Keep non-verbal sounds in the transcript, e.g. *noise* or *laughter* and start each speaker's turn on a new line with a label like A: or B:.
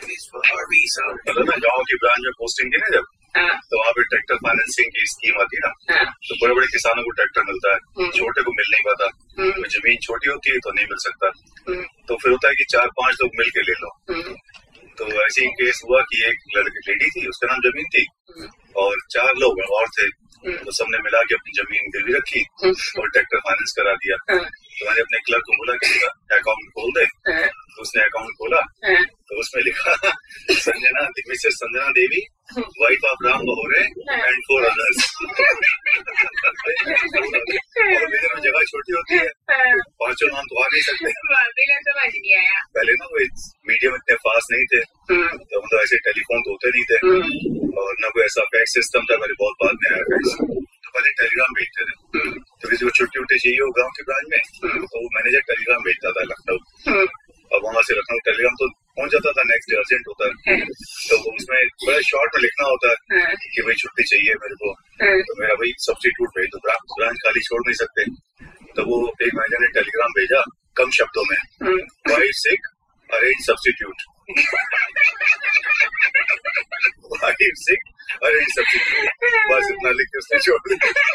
A: is for a reason.
B: मतलब ना गाँव की ब्रांच में पोस्टिंग थी ना जब
A: हाँ,
B: तो वहाँ पे ट्रैक्टर फाइनेंसिंग की स्कीम आती है ना
A: हाँ,
B: तो बड़े बड़े किसानों को ट्रैक्टर मिलता है
A: हम्म।
B: छोटे को मिल नहीं पाता
A: हम्म।
B: तो जमीन छोटी होती है तो नहीं मिल सकता
A: हम्म,
B: तो फिर होता है कि चार पांच लोग मिल के ले लो
A: हम्म,
B: तो ऐसे ही केस हुआ कि एक लड़की लेडी थी उसका नाम जमीन थी
A: हम्म,
B: और चार लोग और थे
A: हम्म।
B: तो सबने मिला के अपनी जमीन गिरवी रखी
A: हम्म।
B: और ट्रैक्टर फाइनेंस करा दिया
A: हाँ,
B: तो मैंने अपने क्लर्क को बोला कि बेटा अकाउंट खोल दे
A: हाँ,
B: तो उसने अकाउंट खोला
A: हाँ,
B: तो उसमें लिखा *laughs* Sanjana Mrs Sanjana Devi wife of Ram Bahore and four
A: *laughs*
B: others और मेरे में जगह छोटी होती है
A: हाँ।
B: पांचों नाम तो आ नहीं सकते
A: भाभी का समझ नहीं आया
B: पहले ना वो मीडियम इतने फास्ट नहीं थे
A: हम्म,
B: तो मतलब ऐसे टेलीफोन तो होते नहीं थे
A: हम्म,
B: और ना कोई ऐसा फैक्स सिस्टम था मैंने बहुत बाद में आया फैक्स तो पहले टेलीग्राम भेजते थे
A: हम्म,
B: तो किसी को छुट्टी उट्टी चाहिए हो गाँव के ब्रांच में
A: हम्म।
B: तो वो मैनेजर टेलीग्राम भेजता था लखनऊ
A: हम्म,
B: अब वहां से लखनऊ टेलीग्राम तो पहुंच जाता था नेक्स्ट डे अर्जेंट होता है
A: हम्म।
B: तो वो उसमें बड़ा शॉर्ट में लिखना होता है
A: हाँ,
B: कि भाई छुट्टी चाहिए मेरे को
A: हाँ,
B: तो मेरा भाई सब्सटीट्यूट भेज दो ब्रांच ब्रांच खाली छोड़ नहीं सकते तो वो एक मैनेजर ने टेलीग्राम भेजा कम शब्दों में
A: हम्म।
B: Wife sick arrange substitute wife sick arrange substitute बस इतना लिख के उसने छोड़ दिया